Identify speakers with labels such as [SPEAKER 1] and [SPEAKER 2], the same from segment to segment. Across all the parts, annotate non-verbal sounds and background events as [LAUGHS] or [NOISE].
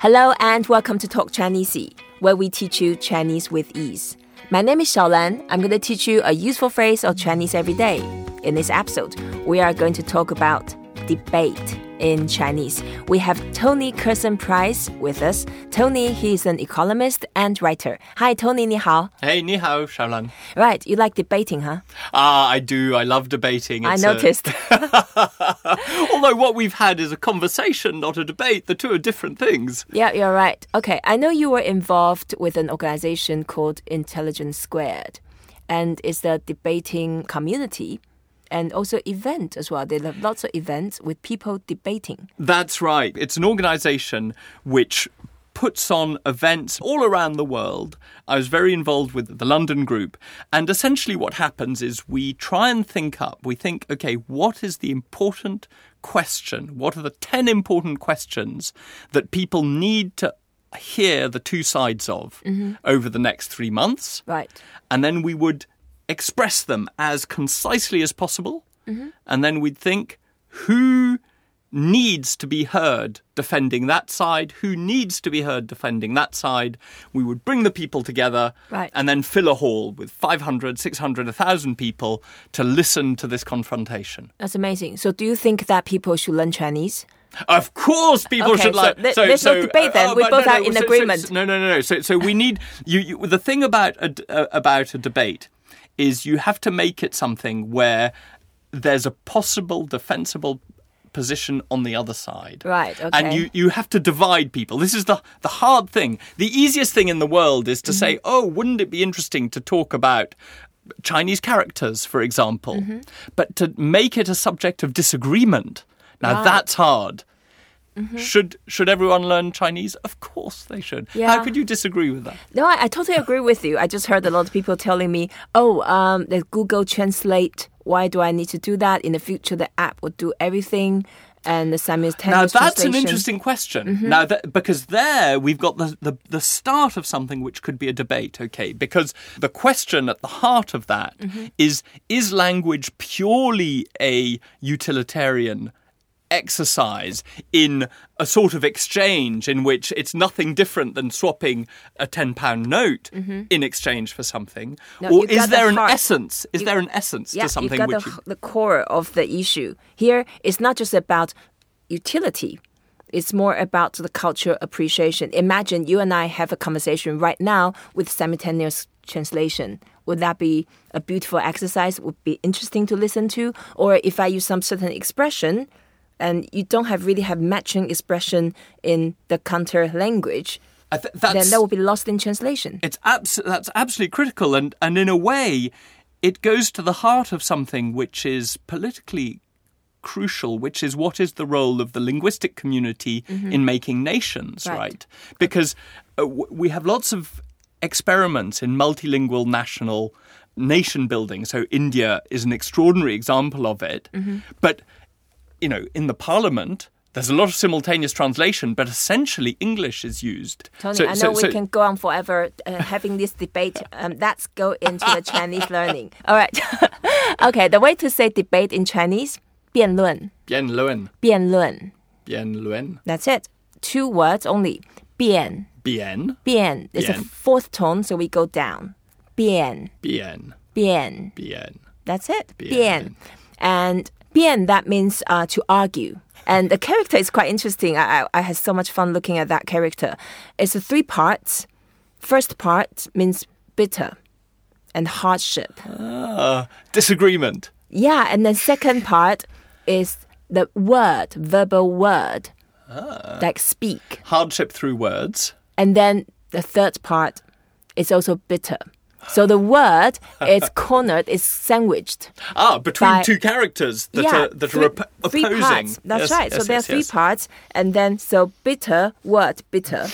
[SPEAKER 1] Hello and welcome to Talk Chinese, where we teach you Chinese with ease. My name is Xiaolan. I'm going to teach you a useful phrase of Chinese every day. In this episode, we are going to talk about debate in Chinese. We have Tony Curson Price with us. Tony, he is an economist and writer. Hi, Tony, 你好.
[SPEAKER 2] Hey, ni hao, Shaolan.
[SPEAKER 1] Right, you like debating, huh?
[SPEAKER 2] Ah, I do. I love debating.
[SPEAKER 1] I
[SPEAKER 2] It's uh, a-
[SPEAKER 1] noticed. [LAUGHS]
[SPEAKER 2] although what we've had is a conversation, not a debate. The two are different things.
[SPEAKER 1] Yeah, you're right. Okay, I know you were involved with an organization called Intelligence Squared, and it's the debating community and also event as well. They have lots of events with people debating.
[SPEAKER 2] That's right. It's an organization which puts on events all around the world. I was very involved with the London group. And essentially, what happens is we try and think up. We think, okay, what is the important question? What are the 10 important questions that people need to hear the two sides of
[SPEAKER 1] Mm-hmm.
[SPEAKER 2] over the next three months?
[SPEAKER 1] Right.
[SPEAKER 2] and then we would express them as concisely as possible, and then we'd think who needs to be heard defending that side, who needs to be heard defending that side. We would bring the people together
[SPEAKER 1] Right.
[SPEAKER 2] and then fill a hall with 500, 600, 1,000 people to listen to this confrontation.
[SPEAKER 1] That's amazing. So, do you think that people should learn Chinese?
[SPEAKER 2] Of course, people
[SPEAKER 1] Okay,
[SPEAKER 2] should
[SPEAKER 1] so
[SPEAKER 2] like.
[SPEAKER 1] th- there's no debate then. We
[SPEAKER 2] oh, but
[SPEAKER 1] both are in
[SPEAKER 2] so- so-
[SPEAKER 1] agreement.
[SPEAKER 2] no, no, no, no. So, so we need you, you. The thing about a d- uh, about a debate is you have to make it something where there's a possible defensible position on the other side.
[SPEAKER 1] Right,
[SPEAKER 2] And
[SPEAKER 1] okay.
[SPEAKER 2] you you have to divide people. This is the the hard thing. The easiest thing in the world is to
[SPEAKER 1] Mm-hmm.
[SPEAKER 2] say, "Oh, wouldn't it be interesting to talk about Chinese characters, for example?"
[SPEAKER 1] Mm-hmm.
[SPEAKER 2] But to make it a subject of disagreement, now that's hard. Should should everyone learn Chinese? Of course they should.
[SPEAKER 1] Yeah.
[SPEAKER 2] How could you disagree with that?
[SPEAKER 1] No, I, I totally agree with you. I just heard a lot of people telling me, oh, um, the Google Translate, why do I need to do that? In the future, the app will do everything and the
[SPEAKER 2] Now
[SPEAKER 1] simultaneous
[SPEAKER 2] that's an
[SPEAKER 1] translation. Mm-hmm.
[SPEAKER 2] interesting question. Now that, because there we've got the, the the start of something which could be a debate. Okay, because the question at the heart of that is:
[SPEAKER 1] Mm-hmm.
[SPEAKER 2] is language purely a utilitarian? Exercise in a sort of exchange in which it's nothing different than swapping a ten pound note in exchange for something,
[SPEAKER 1] Mm-hmm. No,
[SPEAKER 2] or
[SPEAKER 1] you've got
[SPEAKER 2] is
[SPEAKER 1] the
[SPEAKER 2] there an
[SPEAKER 1] heart.
[SPEAKER 2] essence? Is there an essence
[SPEAKER 1] yeah,
[SPEAKER 2] to something
[SPEAKER 1] you got
[SPEAKER 2] which
[SPEAKER 1] the,
[SPEAKER 2] you-
[SPEAKER 1] the core of the issue here it's not just about utility it's more about the culture appreciation imagine you and i have a conversation right now with simultaneous translation would that be a beautiful exercise would be interesting to listen to or if i use some certain expression and you don't have really have matching expression in the counter language
[SPEAKER 2] I th- that's,
[SPEAKER 1] then that will be lost in translation
[SPEAKER 2] It's abs- that's absolutely critical, and, and in a way, it goes to the heart of something which is politically crucial, which is what is the role of the linguistic community in making nations,
[SPEAKER 1] Mm-hmm. Right.
[SPEAKER 2] right? Because uh, w- we have lots of experiments in multilingual national nation building. So India is an extraordinary example of it,
[SPEAKER 1] Mm-hmm.
[SPEAKER 2] but you know, in the parliament. There's a lot of simultaneous translation, but essentially English is used.
[SPEAKER 1] Tony,
[SPEAKER 2] So-
[SPEAKER 1] I know
[SPEAKER 2] so-
[SPEAKER 1] we
[SPEAKER 2] so-
[SPEAKER 1] can go on forever uh, having this
[SPEAKER 2] [LAUGHS]
[SPEAKER 1] debate. Um, let's go into the Chinese learning. All right. [LAUGHS] okay, the way to say debate in Chinese, 辩论,
[SPEAKER 2] Yan Luen.
[SPEAKER 1] 辩论.
[SPEAKER 2] Bien Luen.
[SPEAKER 1] That's it. Two words only. 辩,
[SPEAKER 2] Bien.
[SPEAKER 1] 辩 is a
[SPEAKER 2] Bian.
[SPEAKER 1] fourth tone, so we go down. 辩,
[SPEAKER 2] Bien.
[SPEAKER 1] 辩.
[SPEAKER 2] Bien.
[SPEAKER 1] That's it. 辩.
[SPEAKER 2] Bian.
[SPEAKER 1] And 辩, that means uh, to argue. And the character is quite interesting. I, I, I had so much fun looking at that character. It's a three parts. First part means bitter and hardship.
[SPEAKER 2] Ah, disagreement.
[SPEAKER 1] Yeah, and then second part is the word, verbal word, like speak.
[SPEAKER 2] Hardship through words.
[SPEAKER 1] And then the third part is also bitter. So the word is cornered, is sandwiched.
[SPEAKER 2] Ah, between
[SPEAKER 1] By-
[SPEAKER 2] two characters that
[SPEAKER 1] yeah,
[SPEAKER 2] are that
[SPEAKER 1] three,
[SPEAKER 2] are op-
[SPEAKER 1] three
[SPEAKER 2] opposing.
[SPEAKER 1] parts. That's
[SPEAKER 2] Yes,
[SPEAKER 1] right. so
[SPEAKER 2] yes,
[SPEAKER 1] there are
[SPEAKER 2] yes,
[SPEAKER 1] three
[SPEAKER 2] yes.
[SPEAKER 1] parts, and then so bitter word bitter.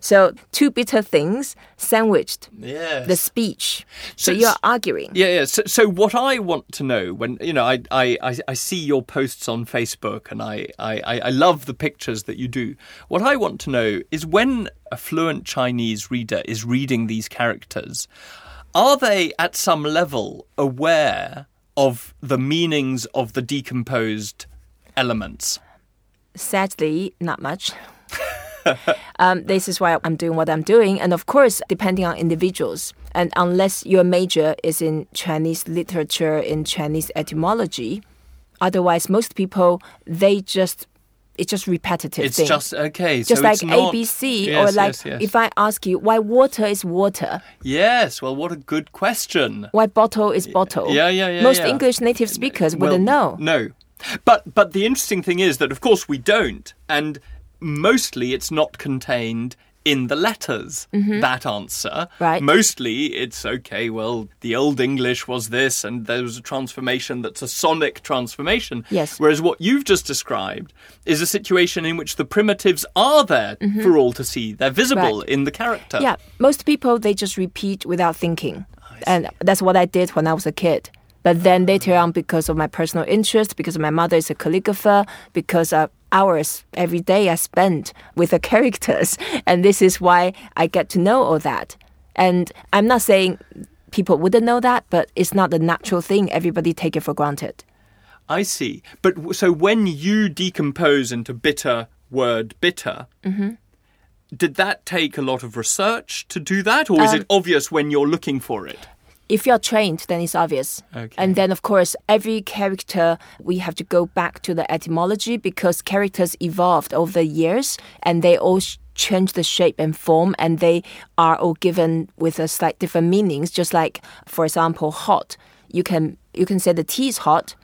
[SPEAKER 1] So two bitter things sandwiched
[SPEAKER 2] Yes.
[SPEAKER 1] the speech. So,
[SPEAKER 2] So-
[SPEAKER 1] you're arguing.
[SPEAKER 2] Yeah, yeah. So, so what I want to know when you know I, I, I, I see your posts on Facebook and I, I, I I love the pictures that you do. What I want to know is when a fluent Chinese reader is reading these characters, are they at some level aware of the meanings of the decomposed elements? [LAUGHS]
[SPEAKER 1] Sadly, not much. um, this is why I'm doing what I'm doing. And of course, depending on individuals, and unless your major is in Chinese literature, in Chinese etymology, otherwise, most people, they just it's just repetitive.
[SPEAKER 2] It's
[SPEAKER 1] thing.
[SPEAKER 2] just okay.
[SPEAKER 1] just
[SPEAKER 2] so
[SPEAKER 1] like
[SPEAKER 2] it's not-
[SPEAKER 1] ABC or
[SPEAKER 2] Yes,
[SPEAKER 1] like
[SPEAKER 2] yes, yes.
[SPEAKER 1] if I ask you why water is water,
[SPEAKER 2] Yes, well, what a good question.
[SPEAKER 1] why bottle is bottle.
[SPEAKER 2] yeah, yeah, yeah,
[SPEAKER 1] Most
[SPEAKER 2] yeah.
[SPEAKER 1] English native speakers
[SPEAKER 2] Well,
[SPEAKER 1] wouldn't know.
[SPEAKER 2] No. But but the interesting thing is that of course we don't and mostly it's not contained in the letters that answer.
[SPEAKER 1] Mm-hmm. Right.
[SPEAKER 2] Mostly it's okay, well, the old English was this and there was a transformation that's a sonic transformation.
[SPEAKER 1] Yes.
[SPEAKER 2] Whereas what you've just described is a situation in which the primitives are there for all to see. They're visible
[SPEAKER 1] Mm-hmm. Right.
[SPEAKER 2] in the character.
[SPEAKER 1] Yeah, most people they just repeat without thinking, and that's what I did when I was a kid. But then later on, because of my personal interest, because my mother is a calligrapher, because of hours every day I spent with the [LAUGHS] characters, and this is why I get to know all that. And I'm not saying people wouldn't know that, but it's not the natural thing. Everybody take it for granted.
[SPEAKER 2] I see. But w- so when you decompose into bitter word bitter,
[SPEAKER 1] Mm-hmm.
[SPEAKER 2] did that take a lot of research to do that, or is
[SPEAKER 1] Um,
[SPEAKER 2] it obvious when you're looking for it?
[SPEAKER 1] if you're trained, then it's obvious.
[SPEAKER 2] Okay.
[SPEAKER 1] And then, of course, every character, we have to go back to the etymology because characters evolved over the years and they all sh- change the shape and form and they are all given with a slight different meanings. Just like, for example, hot. You can, you can say the tea is hot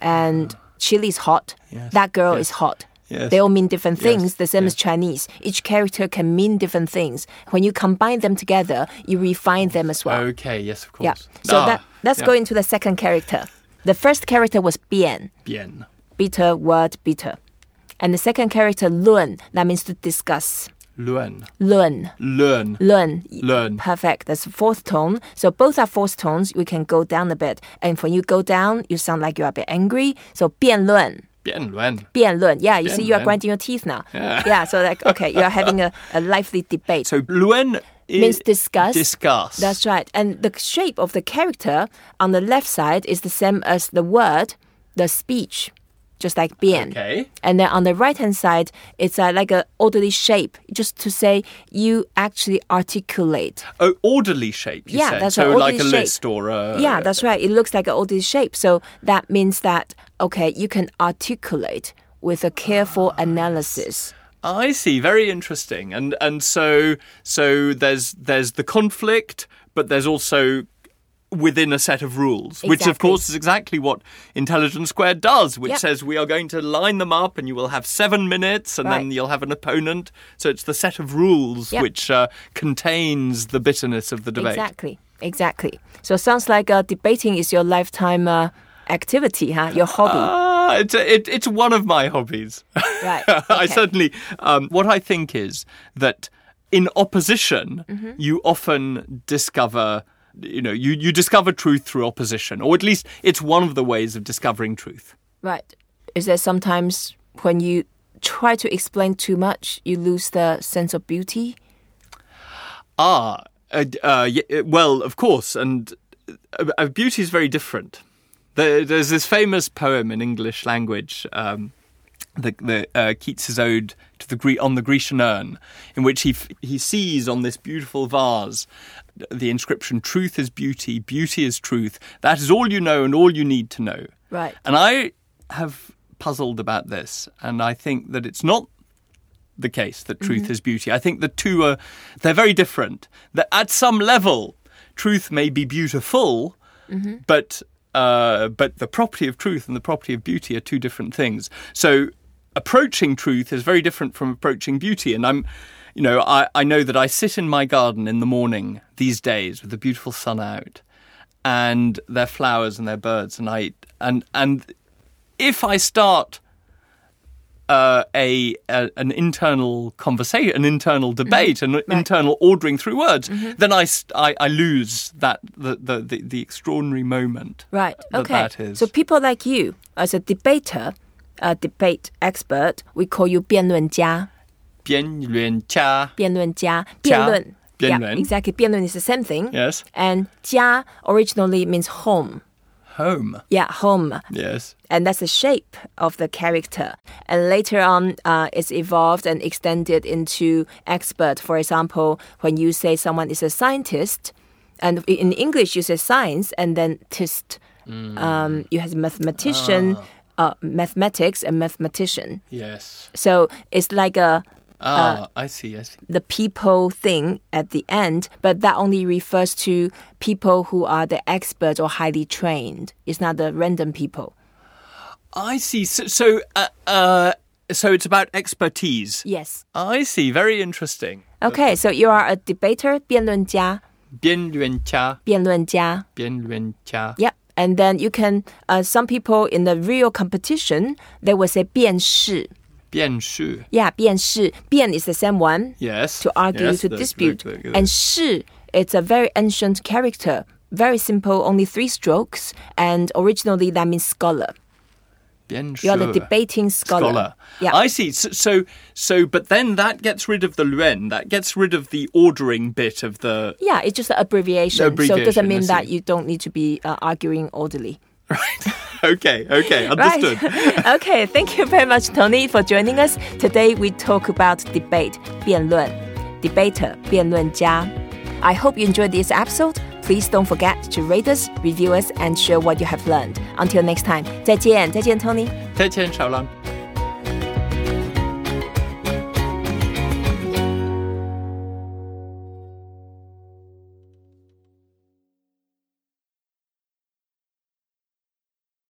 [SPEAKER 1] and chili is hot.
[SPEAKER 2] Yes,
[SPEAKER 1] That girl is hot.
[SPEAKER 2] Yes.
[SPEAKER 1] They all mean different
[SPEAKER 2] Yes,
[SPEAKER 1] things, the same as Chinese. Each character can mean different things. When you combine them together, you refine them as well.
[SPEAKER 2] Okay, yes, of
[SPEAKER 1] Yeah.
[SPEAKER 2] course.
[SPEAKER 1] So
[SPEAKER 2] Ah,
[SPEAKER 1] that, let's
[SPEAKER 2] yeah.
[SPEAKER 1] go into the second character. The first character was bian,
[SPEAKER 2] Bien.
[SPEAKER 1] bitter word bitter. And the second character, lun, that means to discuss.
[SPEAKER 2] Learn.
[SPEAKER 1] Lun,
[SPEAKER 2] Learn.
[SPEAKER 1] lun.
[SPEAKER 2] Learn.
[SPEAKER 1] Perfect. That's the fourth tone. So both are fourth tones. We can go down a bit. And when you go down, you sound like you're a bit angry. So 辩论.
[SPEAKER 2] Bien, luen.
[SPEAKER 1] 辩论. Yeah, you see, you are
[SPEAKER 2] 辩论.
[SPEAKER 1] grinding your teeth now. Yeah. so like, okay, you're
[SPEAKER 2] [LAUGHS]
[SPEAKER 1] having a, a lively debate.
[SPEAKER 2] So luen is
[SPEAKER 1] Means discuss.
[SPEAKER 2] Discuss.
[SPEAKER 1] That's right. And the shape of the character on the left side is the same as the word, the speech, just like bien.
[SPEAKER 2] Okay.
[SPEAKER 1] And then on the right hand side, it's uh, like a orderly shape, just to say you actually articulate.
[SPEAKER 2] oh, orderly shape. You
[SPEAKER 1] Yeah,
[SPEAKER 2] said.
[SPEAKER 1] that's
[SPEAKER 2] so
[SPEAKER 1] right,
[SPEAKER 2] like a
[SPEAKER 1] orderly shape.
[SPEAKER 2] list or a
[SPEAKER 1] yeah, that's right. It looks like an orderly shape. So that means that, okay, you can articulate with a careful
[SPEAKER 2] Ah,
[SPEAKER 1] analysis.
[SPEAKER 2] I see. Very interesting. And and so so there's there's the conflict, but there's also within a set of rules, which of
[SPEAKER 1] Exactly.
[SPEAKER 2] course is exactly what Intelligence Squared does, which
[SPEAKER 1] Yep.
[SPEAKER 2] says we are going to line them up, and you will have seven minutes, and then
[SPEAKER 1] Right.
[SPEAKER 2] you'll have an opponent. So it's the set of rules
[SPEAKER 1] Yep.
[SPEAKER 2] which uh, contains the bitterness of the debate.
[SPEAKER 1] Exactly, exactly. So it sounds like uh, debating is your lifetime uh, activity, huh? Your hobby.
[SPEAKER 2] [LAUGHS] Ah, it's a, it, it's one of my hobbies. [LAUGHS]
[SPEAKER 1] Right,
[SPEAKER 2] I
[SPEAKER 1] okay.
[SPEAKER 2] certainly. Um, what I think is that in opposition, you often discover. You know, you, you discover truth through opposition, or at least it's one of the ways of discovering truth.
[SPEAKER 1] Right. Is that sometimes when you try to explain too much, you lose the sense of beauty?
[SPEAKER 2] Ah, uh, d- uh, y- uh, well, of course, and uh, uh, beauty is very different. There, there's this famous poem in English language, um, the, the uh, Keats's ode to the Gre- on the Grecian urn, in which he f- he sees on this beautiful vase the inscription "Truth is beauty, beauty is truth. That is all you know and all you need to know."
[SPEAKER 1] Right.
[SPEAKER 2] And I have puzzled about this, and I think that it's not the case that truth is beauty. I think the two are they're very different. That at some level, truth may be beautiful, but uh, but the property of truth and the property of beauty are two different things. So approaching truth is very different from approaching beauty. And I'm, you know, I, I know that I sit in my garden in the morning these days with the beautiful sun out, and their flowers and their birds, and I and and if I start uh, a, a an internal conversation, an internal
[SPEAKER 1] Mm-hmm.
[SPEAKER 2] debate, an internal ordering through words, then I, st- I I lose that the the, the, the extraordinary moment.
[SPEAKER 1] Right.
[SPEAKER 2] That
[SPEAKER 1] okay.
[SPEAKER 2] that is.
[SPEAKER 1] So people like you, as a debater, a debate expert, we call you 辩论家.
[SPEAKER 2] 边缘家
[SPEAKER 1] 辩论家.辩论. Yeah,
[SPEAKER 2] 辩论.
[SPEAKER 1] exactly. 辩论 is the same thing.
[SPEAKER 2] Yes.
[SPEAKER 1] And 家 originally means home.
[SPEAKER 2] home.
[SPEAKER 1] Yeah, home.
[SPEAKER 2] Yes.
[SPEAKER 1] and that's the shape of the character. And later on, uh, it's evolved and extended into expert. For example, when you say someone is a scientist, and in English you say science, and then tist. Um, you have mathematician, uh, mathematics, and mathematician.
[SPEAKER 2] Yes.
[SPEAKER 1] So it's like a Uh,
[SPEAKER 2] Ah, I see. I see.
[SPEAKER 1] the people thing at the end, but that only refers to people who are the expert or highly trained. It's not the random people.
[SPEAKER 2] I see. So, so, uh, uh, so it's about expertise.
[SPEAKER 1] Yes.
[SPEAKER 2] I see. Very interesting.
[SPEAKER 1] Okay, so you are a debater, 辩论家,
[SPEAKER 2] 边缘家，边缘家。
[SPEAKER 1] 辩论家. Yep. And then you can, uh, some people in the real competition, they will say 辩士.
[SPEAKER 2] 辩士
[SPEAKER 1] Yeah, 辩士.辩 is the same one
[SPEAKER 2] Yes.
[SPEAKER 1] to argue,
[SPEAKER 2] yes,
[SPEAKER 1] to
[SPEAKER 2] the-
[SPEAKER 1] dispute.
[SPEAKER 2] the- the-
[SPEAKER 1] And 士, it's a very ancient character, very simple, only three strokes. And originally that means scholar. You are the
[SPEAKER 2] 边士
[SPEAKER 1] debating scholar.
[SPEAKER 2] scholar.
[SPEAKER 1] Yeah.
[SPEAKER 2] I see. So, so, so, but then that gets rid of the luen. That gets rid of the ordering bit of the.
[SPEAKER 1] yeah, it's just an abbreviation. So it
[SPEAKER 2] Abbreviation,
[SPEAKER 1] doesn't
[SPEAKER 2] I
[SPEAKER 1] mean that
[SPEAKER 2] see.
[SPEAKER 1] you don't need to be uh, arguing orderly.
[SPEAKER 2] Okay. Okay. Understood.
[SPEAKER 1] [LAUGHS] Right. okay, thank you very much, Tony, for joining us. Today we talk about debate, 辩论, debater, 辩论家. I hope you enjoyed this episode. Please don't forget to rate us, review us, and share what you have learned. Until next time, 再见,再见, Tony.
[SPEAKER 2] 再见，小狼。